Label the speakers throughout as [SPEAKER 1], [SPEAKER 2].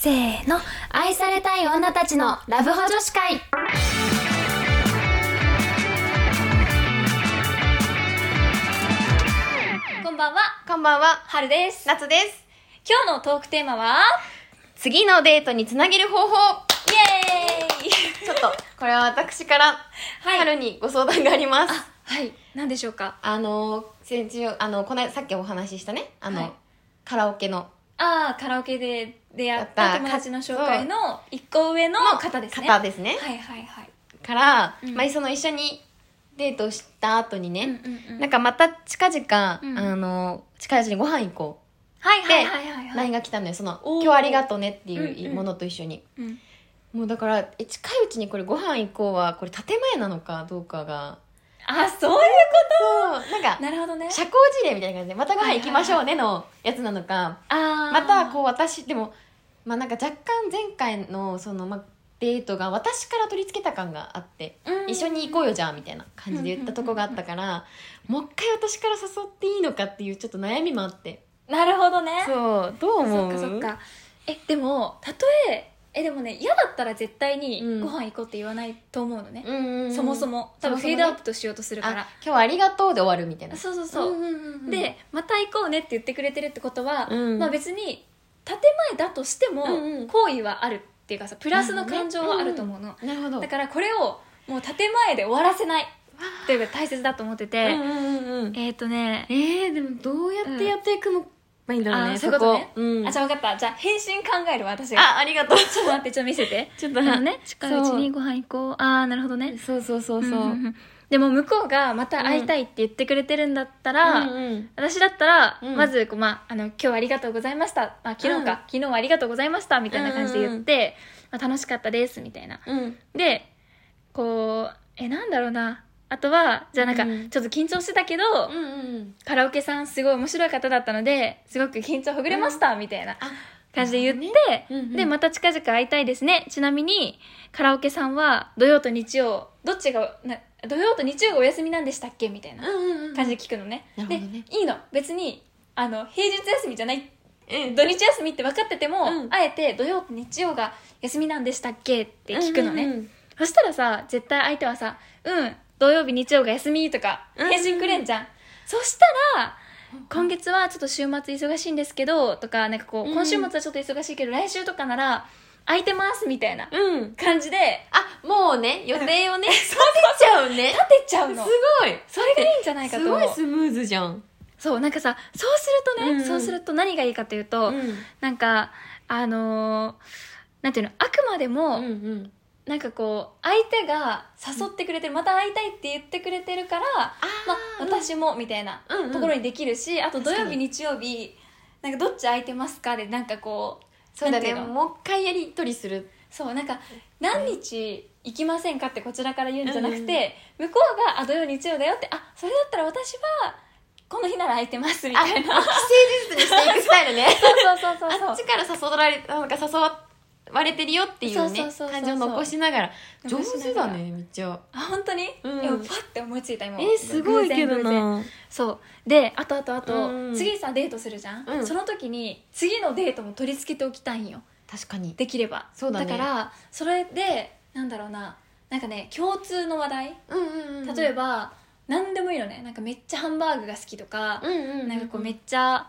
[SPEAKER 1] せーの愛されたい女たちのラブホ女子会こんばんは
[SPEAKER 2] こんばんは、
[SPEAKER 1] 春です
[SPEAKER 2] 夏です。
[SPEAKER 1] 今日のトークテーマは
[SPEAKER 2] 次のデートにつなげる方法。
[SPEAKER 1] イエーイ
[SPEAKER 2] ちょっと、これは私から、
[SPEAKER 1] はい
[SPEAKER 2] 春にご相談があります。あ
[SPEAKER 1] はい何でしょうか
[SPEAKER 2] の、先週、あの、この間さっきお話ししたね、あの、
[SPEAKER 1] はい
[SPEAKER 2] カラオケの
[SPEAKER 1] ああカラオケで出会っ
[SPEAKER 2] やったた
[SPEAKER 1] 友達の紹介の一個上の方ですね
[SPEAKER 2] 方ですね。
[SPEAKER 1] はいはいはい
[SPEAKER 2] から、
[SPEAKER 1] うん
[SPEAKER 2] まあ、その一緒にデートした後にね、
[SPEAKER 1] うんうんうん
[SPEAKER 2] なんかまた近々、
[SPEAKER 1] うん
[SPEAKER 2] あの、近いうちにご飯行こ。
[SPEAKER 1] はいうはいはいはい
[SPEAKER 2] で、
[SPEAKER 1] はい
[SPEAKER 2] LINE が来たのよ。その、
[SPEAKER 1] おー
[SPEAKER 2] 今日ありがとうねって
[SPEAKER 1] うん
[SPEAKER 2] いううんものと一緒に。
[SPEAKER 1] うん
[SPEAKER 2] もうだから、え近いうちにこれご飯行こうは、これ建前なのかどうかが。
[SPEAKER 1] あそういうこ
[SPEAKER 2] そう、なんか
[SPEAKER 1] と、なるほどね
[SPEAKER 2] 社交辞令みたいな感じでまたご飯行きましょうねのやつなのか
[SPEAKER 1] あ
[SPEAKER 2] またこ
[SPEAKER 1] う
[SPEAKER 2] う私でもまあなんか若干前回のそのまあデートが私から取り付けた感があって
[SPEAKER 1] うん
[SPEAKER 2] 一緒に行こうよじゃあみたいな感じで言ったとこがあったからもう一回私から誘っていいのかっていうちょっと悩みもあって
[SPEAKER 1] なるほどね
[SPEAKER 2] そうど
[SPEAKER 1] そ
[SPEAKER 2] う思
[SPEAKER 1] っ
[SPEAKER 2] う
[SPEAKER 1] かそっかえでもたとええでもね嫌だったら絶対に
[SPEAKER 2] うん
[SPEAKER 1] ご飯行こうって言わないと思うのね、
[SPEAKER 2] うんうんうん
[SPEAKER 1] そもそも多分フ
[SPEAKER 2] そ
[SPEAKER 1] ェ
[SPEAKER 2] もそもね
[SPEAKER 1] ードアップとしようとするから
[SPEAKER 2] あ今日はありがとうで終わるみたいな
[SPEAKER 1] そうそうそう、
[SPEAKER 2] んんんん
[SPEAKER 1] でまた行こうねって言ってくれてるってことは、
[SPEAKER 2] うん
[SPEAKER 1] まあ別に建前だとしても
[SPEAKER 2] うんうん
[SPEAKER 1] 好意はあるっていうかさプラスの感情はあると思うの、
[SPEAKER 2] なるほど
[SPEAKER 1] だからこれをもう建前で終わらせないっていうのが大切だと思ってて、
[SPEAKER 2] うんうんうんうん
[SPEAKER 1] えっ、ー、とね
[SPEAKER 2] えー、でもどうやってやっていくのがいいんだろうね、
[SPEAKER 1] あそういうことね
[SPEAKER 2] こうん、
[SPEAKER 1] あじゃあ分かったじゃあ返信考えるわ私が
[SPEAKER 2] あ、ありがとう。
[SPEAKER 1] ちょっと待ってちょっと見せて
[SPEAKER 2] ちょっ
[SPEAKER 1] あ
[SPEAKER 2] と
[SPEAKER 1] のね近いうちにご飯行こうああなるほどね
[SPEAKER 2] そうそうそうそう。
[SPEAKER 1] んんんでも向こうがまた会いたいって言ってくれてるんだったら、
[SPEAKER 2] うん
[SPEAKER 1] 私だったら、
[SPEAKER 2] うん
[SPEAKER 1] まずこう、まあ、あの今日はありがとうございましたあ昨日か、
[SPEAKER 2] うん
[SPEAKER 1] 昨日はありがとうございましたみたいな感じで言って、まあ、楽しかったですみたいな
[SPEAKER 2] うん。うん。
[SPEAKER 1] でこうえなんだろうなあとはじゃあなんか、
[SPEAKER 2] うん
[SPEAKER 1] ちょっと緊張してたけど、
[SPEAKER 2] うんうん。
[SPEAKER 1] カラオケさんすごい面白い方だったのですごく緊張ほぐれました、みたいな
[SPEAKER 2] あ、
[SPEAKER 1] 感じで言って、
[SPEAKER 2] うんうん
[SPEAKER 1] でまた近々会いたいですねちなみにカラオケさんは土曜と日曜どっちがな土曜と日曜がお休みなんでしたっけみたいな
[SPEAKER 2] うんうんうん。
[SPEAKER 1] 感じで聞くのね,、
[SPEAKER 2] なるほどね
[SPEAKER 1] でいいの別にあの平日休みじゃない
[SPEAKER 2] うん。
[SPEAKER 1] 土日休みって分かってても、
[SPEAKER 2] うん
[SPEAKER 1] あえて土曜と日曜が休みなんでしたっけって聞くのね、
[SPEAKER 2] うんうんうん
[SPEAKER 1] そしたらさ絶対相手はさ「うん土曜日日曜が休み」とか
[SPEAKER 2] うん
[SPEAKER 1] 返信くれんじゃん、そしたら「今月はちょっと週末忙しいんですけど」とかなんかこう、
[SPEAKER 2] うん
[SPEAKER 1] 今週末はちょっと忙しいけど来週とかなら空いてます」みたいな
[SPEAKER 2] うん。
[SPEAKER 1] 感じで
[SPEAKER 2] あ、もうね、予定 をね、立てちゃうね。
[SPEAKER 1] 立てちゃう
[SPEAKER 2] す
[SPEAKER 1] の
[SPEAKER 2] ごい。
[SPEAKER 1] それがいいんじゃないか
[SPEAKER 2] す
[SPEAKER 1] と
[SPEAKER 2] ご
[SPEAKER 1] 思
[SPEAKER 2] いうスムーズじゃん。
[SPEAKER 1] そうなんかさそうするとね、
[SPEAKER 2] うんうん
[SPEAKER 1] そうすると何がいいかというと、
[SPEAKER 2] うん。
[SPEAKER 1] なんかあのーなんていうのあくまでも、
[SPEAKER 2] うんうん。
[SPEAKER 1] なんかこう相手が誘ってくれてる、また会いたいって言ってくれてるからまあ、私もみたいな
[SPEAKER 2] うんうん
[SPEAKER 1] ところにできるし、あと土
[SPEAKER 2] 確か
[SPEAKER 1] 曜
[SPEAKER 2] に
[SPEAKER 1] 日日曜日なんかどっち空いてますかでなんかこう
[SPEAKER 2] そうだね。
[SPEAKER 1] なんていうの
[SPEAKER 2] もう一回やりとりする。
[SPEAKER 1] そうなんか何日行きませんかってこちらから言うんじゃなく
[SPEAKER 2] うん
[SPEAKER 1] て、向こうが「あ土曜日曜だよ」って「あそれだったら私はこの日なら空いてます」み
[SPEAKER 2] あ、
[SPEAKER 1] た
[SPEAKER 2] 既
[SPEAKER 1] い
[SPEAKER 2] 成
[SPEAKER 1] な
[SPEAKER 2] 事実にしていくスタイルね。
[SPEAKER 1] そうそうそうそう
[SPEAKER 2] あっ
[SPEAKER 1] そう
[SPEAKER 2] ちから誘られ、なんか誘われてるよっていう
[SPEAKER 1] そうそう
[SPEAKER 2] ね
[SPEAKER 1] そうそう、
[SPEAKER 2] 感情を残しながら。上
[SPEAKER 1] 残しながら
[SPEAKER 2] 手だね、めっちゃ。
[SPEAKER 1] あ本当に、
[SPEAKER 2] うん
[SPEAKER 1] でもパッて思いついた今
[SPEAKER 2] え、すごいけど
[SPEAKER 1] 偶然偶然
[SPEAKER 2] な。
[SPEAKER 1] そうであとあとあと、
[SPEAKER 2] うん
[SPEAKER 1] 次さデートするじゃん、
[SPEAKER 2] うん
[SPEAKER 1] その時に次のデートも取り付けておきたいんよ
[SPEAKER 2] 確かに。
[SPEAKER 1] できれば
[SPEAKER 2] そうだね
[SPEAKER 1] からそれでなんだろうななんかね共通の話題
[SPEAKER 2] うんうんうん
[SPEAKER 1] 例えば、何でもいいのねなんかめっちゃハンバーグが好きとか、
[SPEAKER 2] うんうんうん、
[SPEAKER 1] なんかこうめっちゃ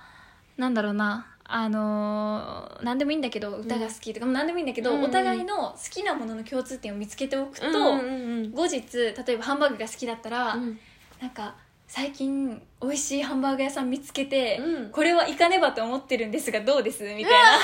[SPEAKER 1] なんだろうなあのー何でもいいんだけど歌が好きとかも何でもいいんだけど、
[SPEAKER 2] うんうん
[SPEAKER 1] お互いの好きなものの共通点を見つけておくと、
[SPEAKER 2] うんうん
[SPEAKER 1] 後日例えばハンバーグが好きだったら、
[SPEAKER 2] うん
[SPEAKER 1] なんか最近美味しいハンバーグ屋さん見つけて、
[SPEAKER 2] うん
[SPEAKER 1] これは行かねばと思ってるんですがどうですみたいななんかさ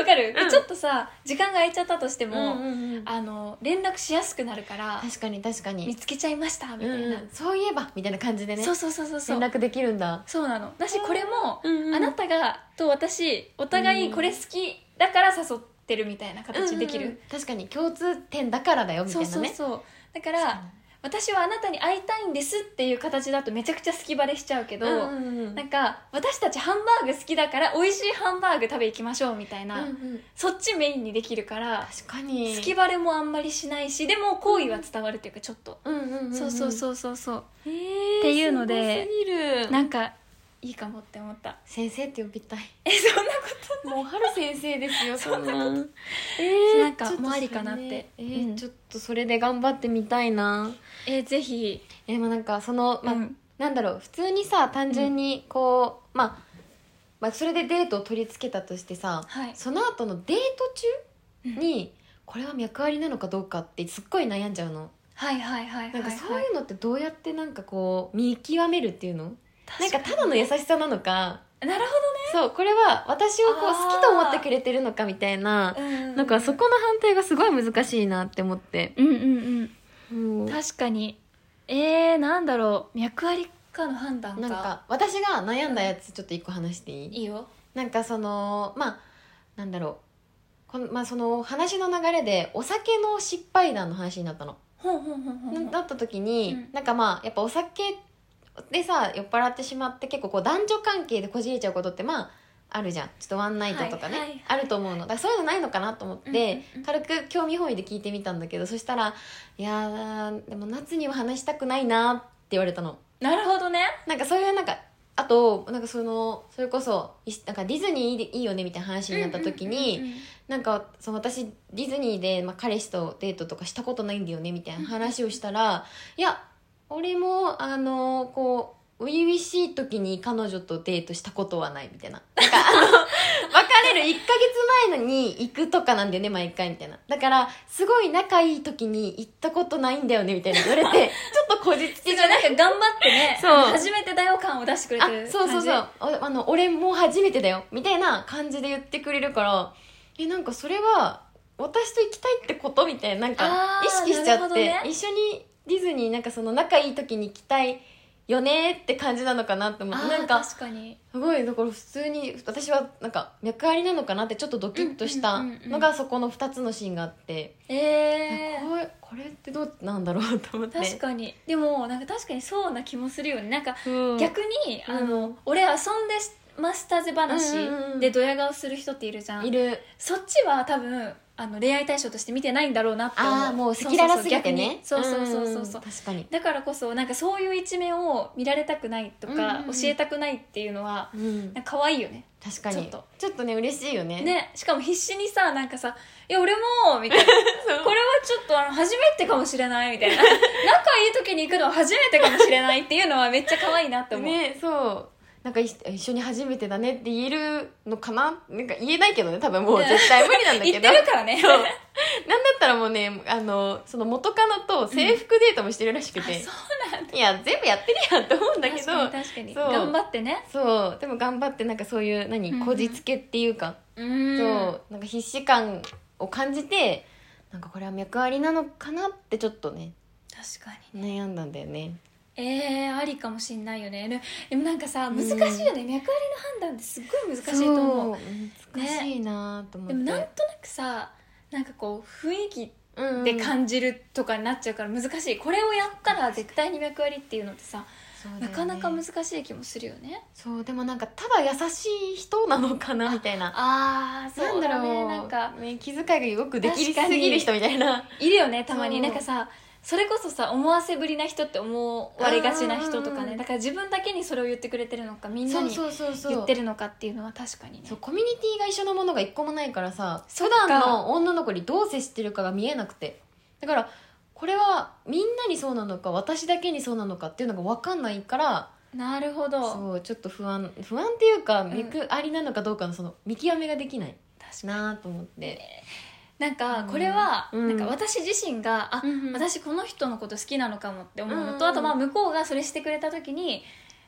[SPEAKER 1] わかる、
[SPEAKER 2] うん
[SPEAKER 1] ちょっとさ時間が空いちゃったとしても、
[SPEAKER 2] うんうんうん
[SPEAKER 1] あの連絡しやすくなるから
[SPEAKER 2] 確かに確か
[SPEAKER 1] 見
[SPEAKER 2] に、
[SPEAKER 1] つけちゃいましたみ
[SPEAKER 2] う
[SPEAKER 1] たい
[SPEAKER 2] んう
[SPEAKER 1] な、
[SPEAKER 2] ん、そういえばみたいな感じでね
[SPEAKER 1] そうそうそうそうそ
[SPEAKER 2] 連
[SPEAKER 1] う
[SPEAKER 2] 絡できるんだ
[SPEAKER 1] そうなのだしこれも、
[SPEAKER 2] うんうん
[SPEAKER 1] あなたがと私お互いこれ好きだから誘ってるみたいな形にできる、
[SPEAKER 2] うんうんうん確かに共通点だからだよみたい
[SPEAKER 1] そう
[SPEAKER 2] なね
[SPEAKER 1] そうそうだから私はあなたに会いたいんですっていう形だとめちゃくちゃ隙バレしちゃうけど、
[SPEAKER 2] うんうんうん
[SPEAKER 1] なんか私たちハンバーグ好きだから美味しいハンバーグ食べ行きましょうみたいな、
[SPEAKER 2] うんうん
[SPEAKER 1] そっちメインにできるから
[SPEAKER 2] 確かに
[SPEAKER 1] 隙バレもあんまりしないしでも好意は伝わるっていうかちょっと、
[SPEAKER 2] うんうんんん
[SPEAKER 1] そうそうそうそうそう
[SPEAKER 2] へー
[SPEAKER 1] っていうのです
[SPEAKER 2] ごすぎる
[SPEAKER 1] なんかいいかもって思った
[SPEAKER 2] 先生って呼びたい
[SPEAKER 1] えそんなこ
[SPEAKER 2] もう春先生ですよそんな
[SPEAKER 1] そんな
[SPEAKER 2] え
[SPEAKER 1] となん
[SPEAKER 2] ちょっ
[SPEAKER 1] か
[SPEAKER 2] と
[SPEAKER 1] もうあり
[SPEAKER 2] それ
[SPEAKER 1] かなって、
[SPEAKER 2] ねえ
[SPEAKER 1] う
[SPEAKER 2] ー
[SPEAKER 1] ん
[SPEAKER 2] ちょっとそれで頑張ってみたいな
[SPEAKER 1] えーぜひ、
[SPEAKER 2] えーまあなんかその、まあ
[SPEAKER 1] うん
[SPEAKER 2] なんだろう普通にさ単純にこう、まあまあそれでデートを取り付けたとしてさ
[SPEAKER 1] はい
[SPEAKER 2] その後のデート中に、これは脈ありなのかどうかってすっごい悩んじゃうの
[SPEAKER 1] はいはいはいはい
[SPEAKER 2] なんかそう
[SPEAKER 1] はい
[SPEAKER 2] いうのってどうやってなんかこう見極めるっていうのなん
[SPEAKER 1] 確か
[SPEAKER 2] か
[SPEAKER 1] に
[SPEAKER 2] ただの優しさなのか
[SPEAKER 1] なる
[SPEAKER 2] そうこれは私をこう
[SPEAKER 1] あー
[SPEAKER 2] 好きと思ってくれてるのかみたいな
[SPEAKER 1] ほどね
[SPEAKER 2] なんかそこの判定がすごい難しいなって思って
[SPEAKER 1] うんうん
[SPEAKER 2] も
[SPEAKER 1] う
[SPEAKER 2] うん
[SPEAKER 1] 確かにえー、なんだろう脈ありかの判断か
[SPEAKER 2] なんか私が悩んだやつちょっと一個話していい
[SPEAKER 1] いいよ
[SPEAKER 2] なんかそのまあなんだろうこのまあ、その話の流れでお酒の失敗談の話になったの、
[SPEAKER 1] ほんほんほんほんほん
[SPEAKER 2] なった時に、
[SPEAKER 1] うん
[SPEAKER 2] なんかまあやっぱお酒でさ酔っ払ってしまって結構こう男女関係でこじれちゃうことってまああるじゃんちょっとワンナイトと
[SPEAKER 1] は
[SPEAKER 2] かね、
[SPEAKER 1] いはいはい
[SPEAKER 2] あると思うのだからそういうのないのかなと思って、
[SPEAKER 1] うんうんうん
[SPEAKER 2] 軽く興味本位で聞いてみたんだけどそしたら「いやーでも夏には話したくないな」って言われたの。
[SPEAKER 1] なるほどね
[SPEAKER 2] なんかそういうなんかあとなんかそのそれこそいしなんかディズニーでいいよねみたいな話になった時に、
[SPEAKER 1] うんうんうんうん
[SPEAKER 2] なんかその私ディズニーで、まあ、彼氏とデートとかしたことないんだよねみたいな話をしたら「いや俺もあのこう初々しい時に彼女とデートしたことはない」みたいななんかあの別れる1ヶ月前のに行くとかなんだよね毎回みたいなだからすごい仲いい時に行ったことないんだよねみたいな言われてちょっとこじつけ
[SPEAKER 1] じ
[SPEAKER 2] じ
[SPEAKER 1] ゃ
[SPEAKER 2] ゃ
[SPEAKER 1] あ
[SPEAKER 2] ない
[SPEAKER 1] なんか頑張ってね
[SPEAKER 2] そう
[SPEAKER 1] 初めてだよ感を出してくれ
[SPEAKER 2] あ
[SPEAKER 1] てる感じ
[SPEAKER 2] そうそうそうおあの俺もう初めてだよみたいな感じで言ってくれるからえなんかそれは私と行きたいってことみたいななん
[SPEAKER 1] あ
[SPEAKER 2] か
[SPEAKER 1] ー
[SPEAKER 2] 意識しちゃ
[SPEAKER 1] な
[SPEAKER 2] って、
[SPEAKER 1] るほどね
[SPEAKER 2] 一緒にディズニーなんかその仲いい時に行きたいよねって感じなのかなって思って
[SPEAKER 1] あ
[SPEAKER 2] な
[SPEAKER 1] なんんか
[SPEAKER 2] かす
[SPEAKER 1] 確かに
[SPEAKER 2] ごいだから普通に私はなんか脈ありなのかなってちょっとドキッとした
[SPEAKER 1] うんうんうんうん
[SPEAKER 2] のがそこの2つのシーンがあって、
[SPEAKER 1] えー
[SPEAKER 2] これこれってどうなんだろうと思って
[SPEAKER 1] 確かにでもなんか確かにそうな気もするよねなんか
[SPEAKER 2] うん
[SPEAKER 1] 逆に、
[SPEAKER 2] うん
[SPEAKER 1] あの俺遊んでましたぜ話
[SPEAKER 2] うんうんうん
[SPEAKER 1] でドヤ顔する人っているじゃん、
[SPEAKER 2] いる
[SPEAKER 1] そっちは多分あの恋愛対象として見てないんだろうなって思う
[SPEAKER 2] ああもう赤裸々すぎてね
[SPEAKER 1] そうそうそうそうそうそう
[SPEAKER 2] うん確かに
[SPEAKER 1] だからこそなんかそういう一面を見られたくないと
[SPEAKER 2] うん
[SPEAKER 1] か、
[SPEAKER 2] うんう
[SPEAKER 1] 教
[SPEAKER 2] ん
[SPEAKER 1] えたくないっていうのは
[SPEAKER 2] うん
[SPEAKER 1] なんか可愛いよね
[SPEAKER 2] 確かにちょ
[SPEAKER 1] ちょっと
[SPEAKER 2] っとね嬉しいよね
[SPEAKER 1] ねしかも必死にさなんかさ「いや俺も」みたいな
[SPEAKER 2] そう
[SPEAKER 1] これはちょっとあの初めてかもしれないみたいな 仲いい時に行くのは初めてかもしれないっていうのはめっちゃ可愛いなって思う、
[SPEAKER 2] ねそうなんかい一緒に初めてだねって言えるのかななんか言えないけどね多分もう絶対無理なんだ け
[SPEAKER 1] 言
[SPEAKER 2] ど
[SPEAKER 1] ってるからね
[SPEAKER 2] そうなんだったらもうねあのその元カノと制服デートもしてるらしく
[SPEAKER 1] あ
[SPEAKER 2] て、
[SPEAKER 1] そうなんだ
[SPEAKER 2] いや全部やってるやんと思うんだけ
[SPEAKER 1] 確かに
[SPEAKER 2] ど
[SPEAKER 1] 確かに
[SPEAKER 2] そう
[SPEAKER 1] 頑張ってね
[SPEAKER 2] そうでも頑張ってなんかそういう何
[SPEAKER 1] うんうん
[SPEAKER 2] こじつけっていうか、
[SPEAKER 1] うん
[SPEAKER 2] そうなんか必死感を感じてなんかこれは脈ありなのかなってちょっとね
[SPEAKER 1] 確かに
[SPEAKER 2] 悩んだんだよね
[SPEAKER 1] えー、ありかもしんないよねででもなんかさ難しいよね、脈ありの判断ってすっごい難しいと思う
[SPEAKER 2] そう難しいなと思っ
[SPEAKER 1] で
[SPEAKER 2] て、
[SPEAKER 1] もなんとなくさなんかこう雰囲気
[SPEAKER 2] うんうん
[SPEAKER 1] で感じるとかになっちゃうから難しいこれをやったら絶対に脈ありっていうのってさ、
[SPEAKER 2] そうだよね
[SPEAKER 1] なかなか難しい気もするよね
[SPEAKER 2] そうでもなんかただ優しい人なのかなみたいな
[SPEAKER 1] ああ
[SPEAKER 2] なんだろう
[SPEAKER 1] なんか
[SPEAKER 2] ね、気遣いがよくで
[SPEAKER 1] 確
[SPEAKER 2] き
[SPEAKER 1] か
[SPEAKER 2] す
[SPEAKER 1] に
[SPEAKER 2] ぎる人みたいない
[SPEAKER 1] るよねたまに
[SPEAKER 2] そう
[SPEAKER 1] なんかさそれこそさ思わせぶりな人って思われがちな人とか
[SPEAKER 2] うんうんう
[SPEAKER 1] ね
[SPEAKER 2] ん
[SPEAKER 1] だから自分だけにそれを言ってくれてるのかみんなに
[SPEAKER 2] そうそうそう
[SPEAKER 1] 言
[SPEAKER 2] そ
[SPEAKER 1] っ
[SPEAKER 2] う
[SPEAKER 1] てるのかっていうのは確かにね
[SPEAKER 2] そうコミュニティが一緒のものが一個もないからさ
[SPEAKER 1] そっ
[SPEAKER 2] 普
[SPEAKER 1] か
[SPEAKER 2] 段の女の子にどう接してるかが見えなくてだからこれはみんなにそうなのか私だけにそうなのかっていうのが分かんないから
[SPEAKER 1] なるほど
[SPEAKER 2] そうちょっと不安不安っていうか
[SPEAKER 1] ん
[SPEAKER 2] 目くありなのかどうかのその見極めができない
[SPEAKER 1] 確かに
[SPEAKER 2] なと思って、
[SPEAKER 1] なんかこれは
[SPEAKER 2] うん
[SPEAKER 1] なんか私自身があ
[SPEAKER 2] うんうん
[SPEAKER 1] 私この人のこと好きなのかもって思う
[SPEAKER 2] う
[SPEAKER 1] の
[SPEAKER 2] んうん
[SPEAKER 1] とあとまあ向こうがそれしてくれた時に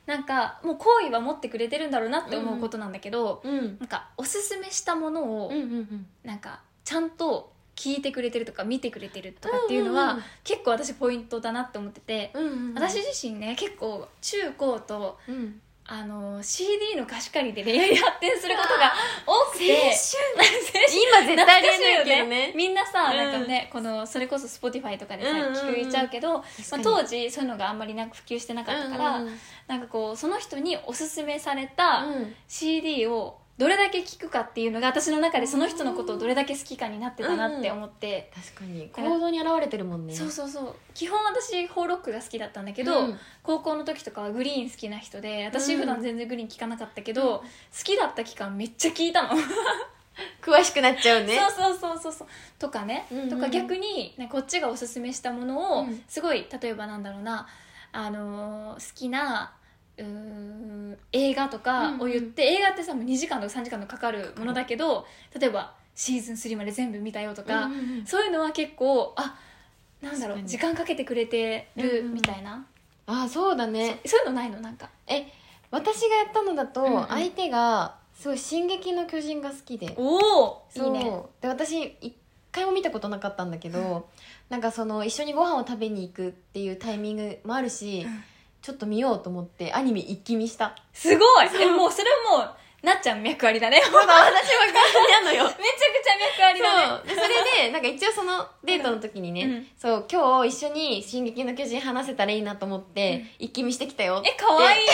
[SPEAKER 1] なんかもう好意は持ってくれてるんだろうなって思うことなんだけど
[SPEAKER 2] うん、うん
[SPEAKER 1] なんかおすすめしたものを
[SPEAKER 2] うんうん
[SPEAKER 1] なんかちゃんと聞いてくれてるとか見てくれてるとかっていうの
[SPEAKER 2] うんうんう
[SPEAKER 1] は
[SPEAKER 2] ん
[SPEAKER 1] 結構私ポイントだなって思ってて
[SPEAKER 2] うんうんうん
[SPEAKER 1] 私自身ね結構中高と
[SPEAKER 2] うん
[SPEAKER 1] あの CD の貸し借りで恋愛に発展することが多くて
[SPEAKER 2] 青春今絶対出ないけどね
[SPEAKER 1] みんなさ、
[SPEAKER 2] うん
[SPEAKER 1] なんかねこのそれこそ Spotify とかでさ、
[SPEAKER 2] うんうんうん
[SPEAKER 1] 聞いちゃうけど、ま
[SPEAKER 2] か
[SPEAKER 1] あ、
[SPEAKER 2] に
[SPEAKER 1] 当時そういうのがあんまりなんか普及してなかったから、
[SPEAKER 2] うんうん
[SPEAKER 1] なんかこうその人におすすめされた
[SPEAKER 2] うん
[SPEAKER 1] CD をどれだけ聞くかっていうのが私の中でその人のことをどれだけ好きかになってたなって思って、
[SPEAKER 2] 確かに行動に現れてるもんね
[SPEAKER 1] そうそうそう基本私ホーロックが好きだったんだけど、
[SPEAKER 2] うん
[SPEAKER 1] 高校の時とかはグリーン好きな人で私
[SPEAKER 2] うん
[SPEAKER 1] 普段全然グリーン聞かなかったけど、好きだった期間めっちゃ聞いたの、
[SPEAKER 2] 詳しくなっちゃうね
[SPEAKER 1] そうそうそうそうそうとかね、
[SPEAKER 2] うんうん
[SPEAKER 1] とか逆に、ね、こっちがおすすめしたものを、
[SPEAKER 2] うん
[SPEAKER 1] すごい例えばなんだろうな、あのー好きなうーん映画とかを言って、映画ってさもう2時間とか3時間とかかかるものだけど例えばシーズン3まで全部見たよとか、
[SPEAKER 2] うんうんうん
[SPEAKER 1] そういうのは結構あなんだろ
[SPEAKER 2] 確か
[SPEAKER 1] う
[SPEAKER 2] に
[SPEAKER 1] 時間かけてくれてる
[SPEAKER 2] うんうん
[SPEAKER 1] みたいな、
[SPEAKER 2] あそうだね
[SPEAKER 1] そういうのないのなんか
[SPEAKER 2] え私がやったのだと、
[SPEAKER 1] うんうん
[SPEAKER 2] 相手がすごい「進撃の巨人」が好きで
[SPEAKER 1] おおい
[SPEAKER 2] そ
[SPEAKER 1] いうね
[SPEAKER 2] で私一回も見たことなかったんだけど、なんかその一緒にご飯を食べに行くっていうタイミングもあるし、
[SPEAKER 1] うん
[SPEAKER 2] ちょっと見ようと思ってアニメ一気見 した
[SPEAKER 1] すごいえもうそれはもうなっちゃん脈ありだ ねめちゃくち
[SPEAKER 2] そうだ私はガなのよ
[SPEAKER 1] ゃ脈ありだね
[SPEAKER 2] そうでそれでなんか一応そのデートの時にね、
[SPEAKER 1] うん
[SPEAKER 2] そう今日一緒に「進撃の巨人」話せたらいいなと思って、一気見してきたよ
[SPEAKER 1] え可愛い い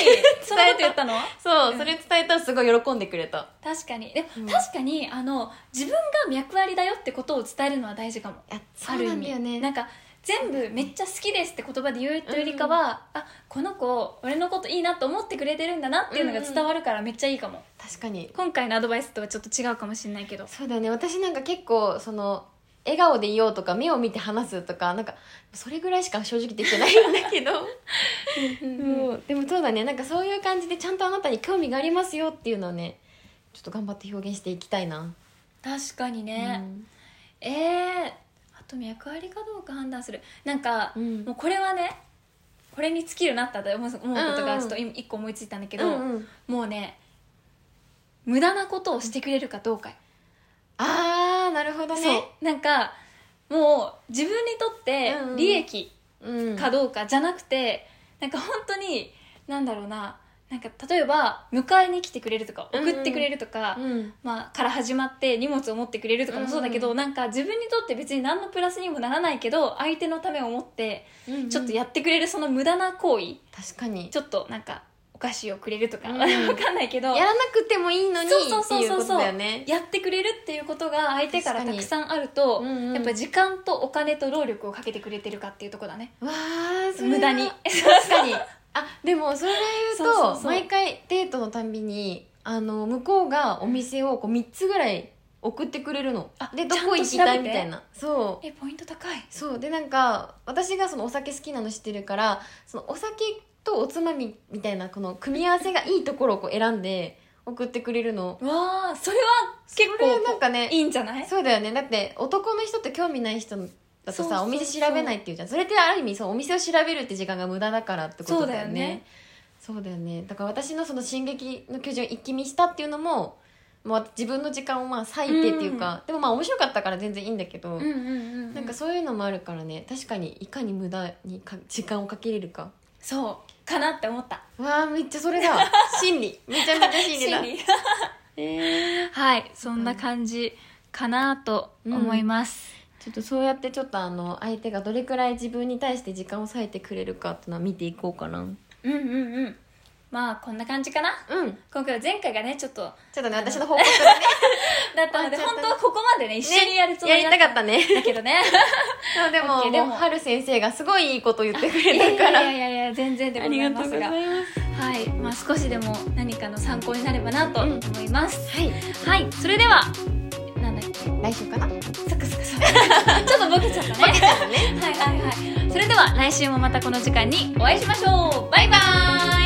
[SPEAKER 1] そんなこと言ったの
[SPEAKER 2] そううんそれ伝えたらすごい喜んでくれた
[SPEAKER 1] 確かにでも、
[SPEAKER 2] うん
[SPEAKER 1] 確かにあの自分が脈ありだよってことを伝えるのは大事かも
[SPEAKER 2] あそうなんだよ
[SPEAKER 1] ある意味
[SPEAKER 2] ね
[SPEAKER 1] なんか全部めっちゃ好きですって言葉で言うというよりかは、あこの子俺のこといいなと思ってくれてるんだなっていうのが伝わるからめっちゃいいかも、
[SPEAKER 2] 確かに
[SPEAKER 1] 今回のアドバイスとはちょっと違うかもしれないけど
[SPEAKER 2] そうだよね私なんか結構その笑顔でいようとか目を見て話すとかなんかそれぐらいしか正直できてないんだ けど、うんでもそうだねなんかそういう感じでちゃんとあなたに興味がありますよっていうのをねちょっと頑張って表現していきたいな、
[SPEAKER 1] 確かにね、ええあと脈ありかどうか判断するなんか、
[SPEAKER 2] うん
[SPEAKER 1] もうこれはねこれに尽きるなって思う思うことがちょっと今一個思いついたんだけ
[SPEAKER 2] け
[SPEAKER 1] ど、
[SPEAKER 2] ど、うんうん
[SPEAKER 1] もうね無駄なことをしてくれるかどうかよ、
[SPEAKER 2] あーなるほどね
[SPEAKER 1] そうなんかもう自分にとって
[SPEAKER 2] うんうん
[SPEAKER 1] 利益
[SPEAKER 2] うん
[SPEAKER 1] かどうかじゃなくて、なんか本当になんだろうななんか例えば迎えに来てくれるとか
[SPEAKER 2] うんうん
[SPEAKER 1] 送ってくれるとか、
[SPEAKER 2] うん
[SPEAKER 1] まあ、から始まって荷物を持ってくれるとかもそうだけど、
[SPEAKER 2] うんう
[SPEAKER 1] なんか自分にとって別に何のプラスにもならないけど相手のためを思ってちょっとやってくれるその無駄な行為、
[SPEAKER 2] 確かに
[SPEAKER 1] ちょっとなんかお菓子をくれるとか、
[SPEAKER 2] うん
[SPEAKER 1] わかんないけど
[SPEAKER 2] やらなくてもいいのにって
[SPEAKER 1] そうそうそう
[SPEAKER 2] いう
[SPEAKER 1] そう
[SPEAKER 2] ことだよね
[SPEAKER 1] やってくれるっていうことが相手から
[SPEAKER 2] 確か
[SPEAKER 1] た
[SPEAKER 2] に
[SPEAKER 1] くさんあると、
[SPEAKER 2] うんうん
[SPEAKER 1] やっぱ時間とお金と労力をかけてくれてるかっていうところだね
[SPEAKER 2] わーそれは
[SPEAKER 1] 無 駄に
[SPEAKER 2] 確かに あでもそれで言うと
[SPEAKER 1] そうそうそう
[SPEAKER 2] 毎回デートのたんびにあの向こうがお店をこう3つぐらい送ってくれるの
[SPEAKER 1] あ
[SPEAKER 2] で
[SPEAKER 1] ち
[SPEAKER 2] ど
[SPEAKER 1] ゃんと
[SPEAKER 2] こ行きたい
[SPEAKER 1] 調べ
[SPEAKER 2] み
[SPEAKER 1] て
[SPEAKER 2] たいなそう
[SPEAKER 1] えポイント高い
[SPEAKER 2] そうでなんか私がそのお酒好きなの知ってるからそのお酒とおつまみみたいなこの組み合わせがいいところをこう選んで送ってくれるの
[SPEAKER 1] わあそれは結
[SPEAKER 2] これなん
[SPEAKER 1] 構
[SPEAKER 2] かね
[SPEAKER 1] いいんじゃない
[SPEAKER 2] そうだよねだって男の人って興味ない人だと
[SPEAKER 1] そ
[SPEAKER 2] さ
[SPEAKER 1] うそうそう
[SPEAKER 2] お店調べないっていうじゃんそれってある意味そうお店を調べるって時間が無駄だからってことだよねそうだよねだから私のその「進撃の巨人」を一気見したっていうのも、まあ、自分の時間をまあ割いてっていうか、でもまあ面白かったから全然いいんだけ
[SPEAKER 1] うん
[SPEAKER 2] ど、
[SPEAKER 1] うんうんうん
[SPEAKER 2] なんかそういうのもあるからね確かにいかに無駄にか時間をかけれるか
[SPEAKER 1] そうかなって思った
[SPEAKER 2] わあめっちゃそれだ 心理めちゃめちゃ心理だ えー
[SPEAKER 1] はいそんな感じかなと思います、
[SPEAKER 2] ちょっとそうやってちょっとあの相手がどれくらい自分に対して時間を割いてくれるかっていうのは見ていこうかなうん
[SPEAKER 1] うん、うんうんまあこんな感じかな
[SPEAKER 2] ちょっ
[SPEAKER 1] 今回は前回がねちょっとだ
[SPEAKER 2] とね私の 報告がね
[SPEAKER 1] ったので
[SPEAKER 2] 終わっちゃ
[SPEAKER 1] 本
[SPEAKER 2] った
[SPEAKER 1] 当はここまでね一緒にやるつも
[SPEAKER 2] や
[SPEAKER 1] り
[SPEAKER 2] り
[SPEAKER 1] だ
[SPEAKER 2] たかったね
[SPEAKER 1] だけどね
[SPEAKER 2] そうで
[SPEAKER 1] オッケーで
[SPEAKER 2] もで
[SPEAKER 1] も
[SPEAKER 2] も春先生がすごいいいこと言ってくれ
[SPEAKER 1] いや
[SPEAKER 2] たから
[SPEAKER 1] いやいやいや全然でございますが
[SPEAKER 2] ます
[SPEAKER 1] はいまあ少しでも何かの参考になればなと思います、
[SPEAKER 2] はい
[SPEAKER 1] はいそれではなんだっけサ
[SPEAKER 2] 来週か な
[SPEAKER 1] クサクサ クちょっとボケちゃったねはいはいはいそれでは来週もまたこの時間にお会いしましょうバイバーイ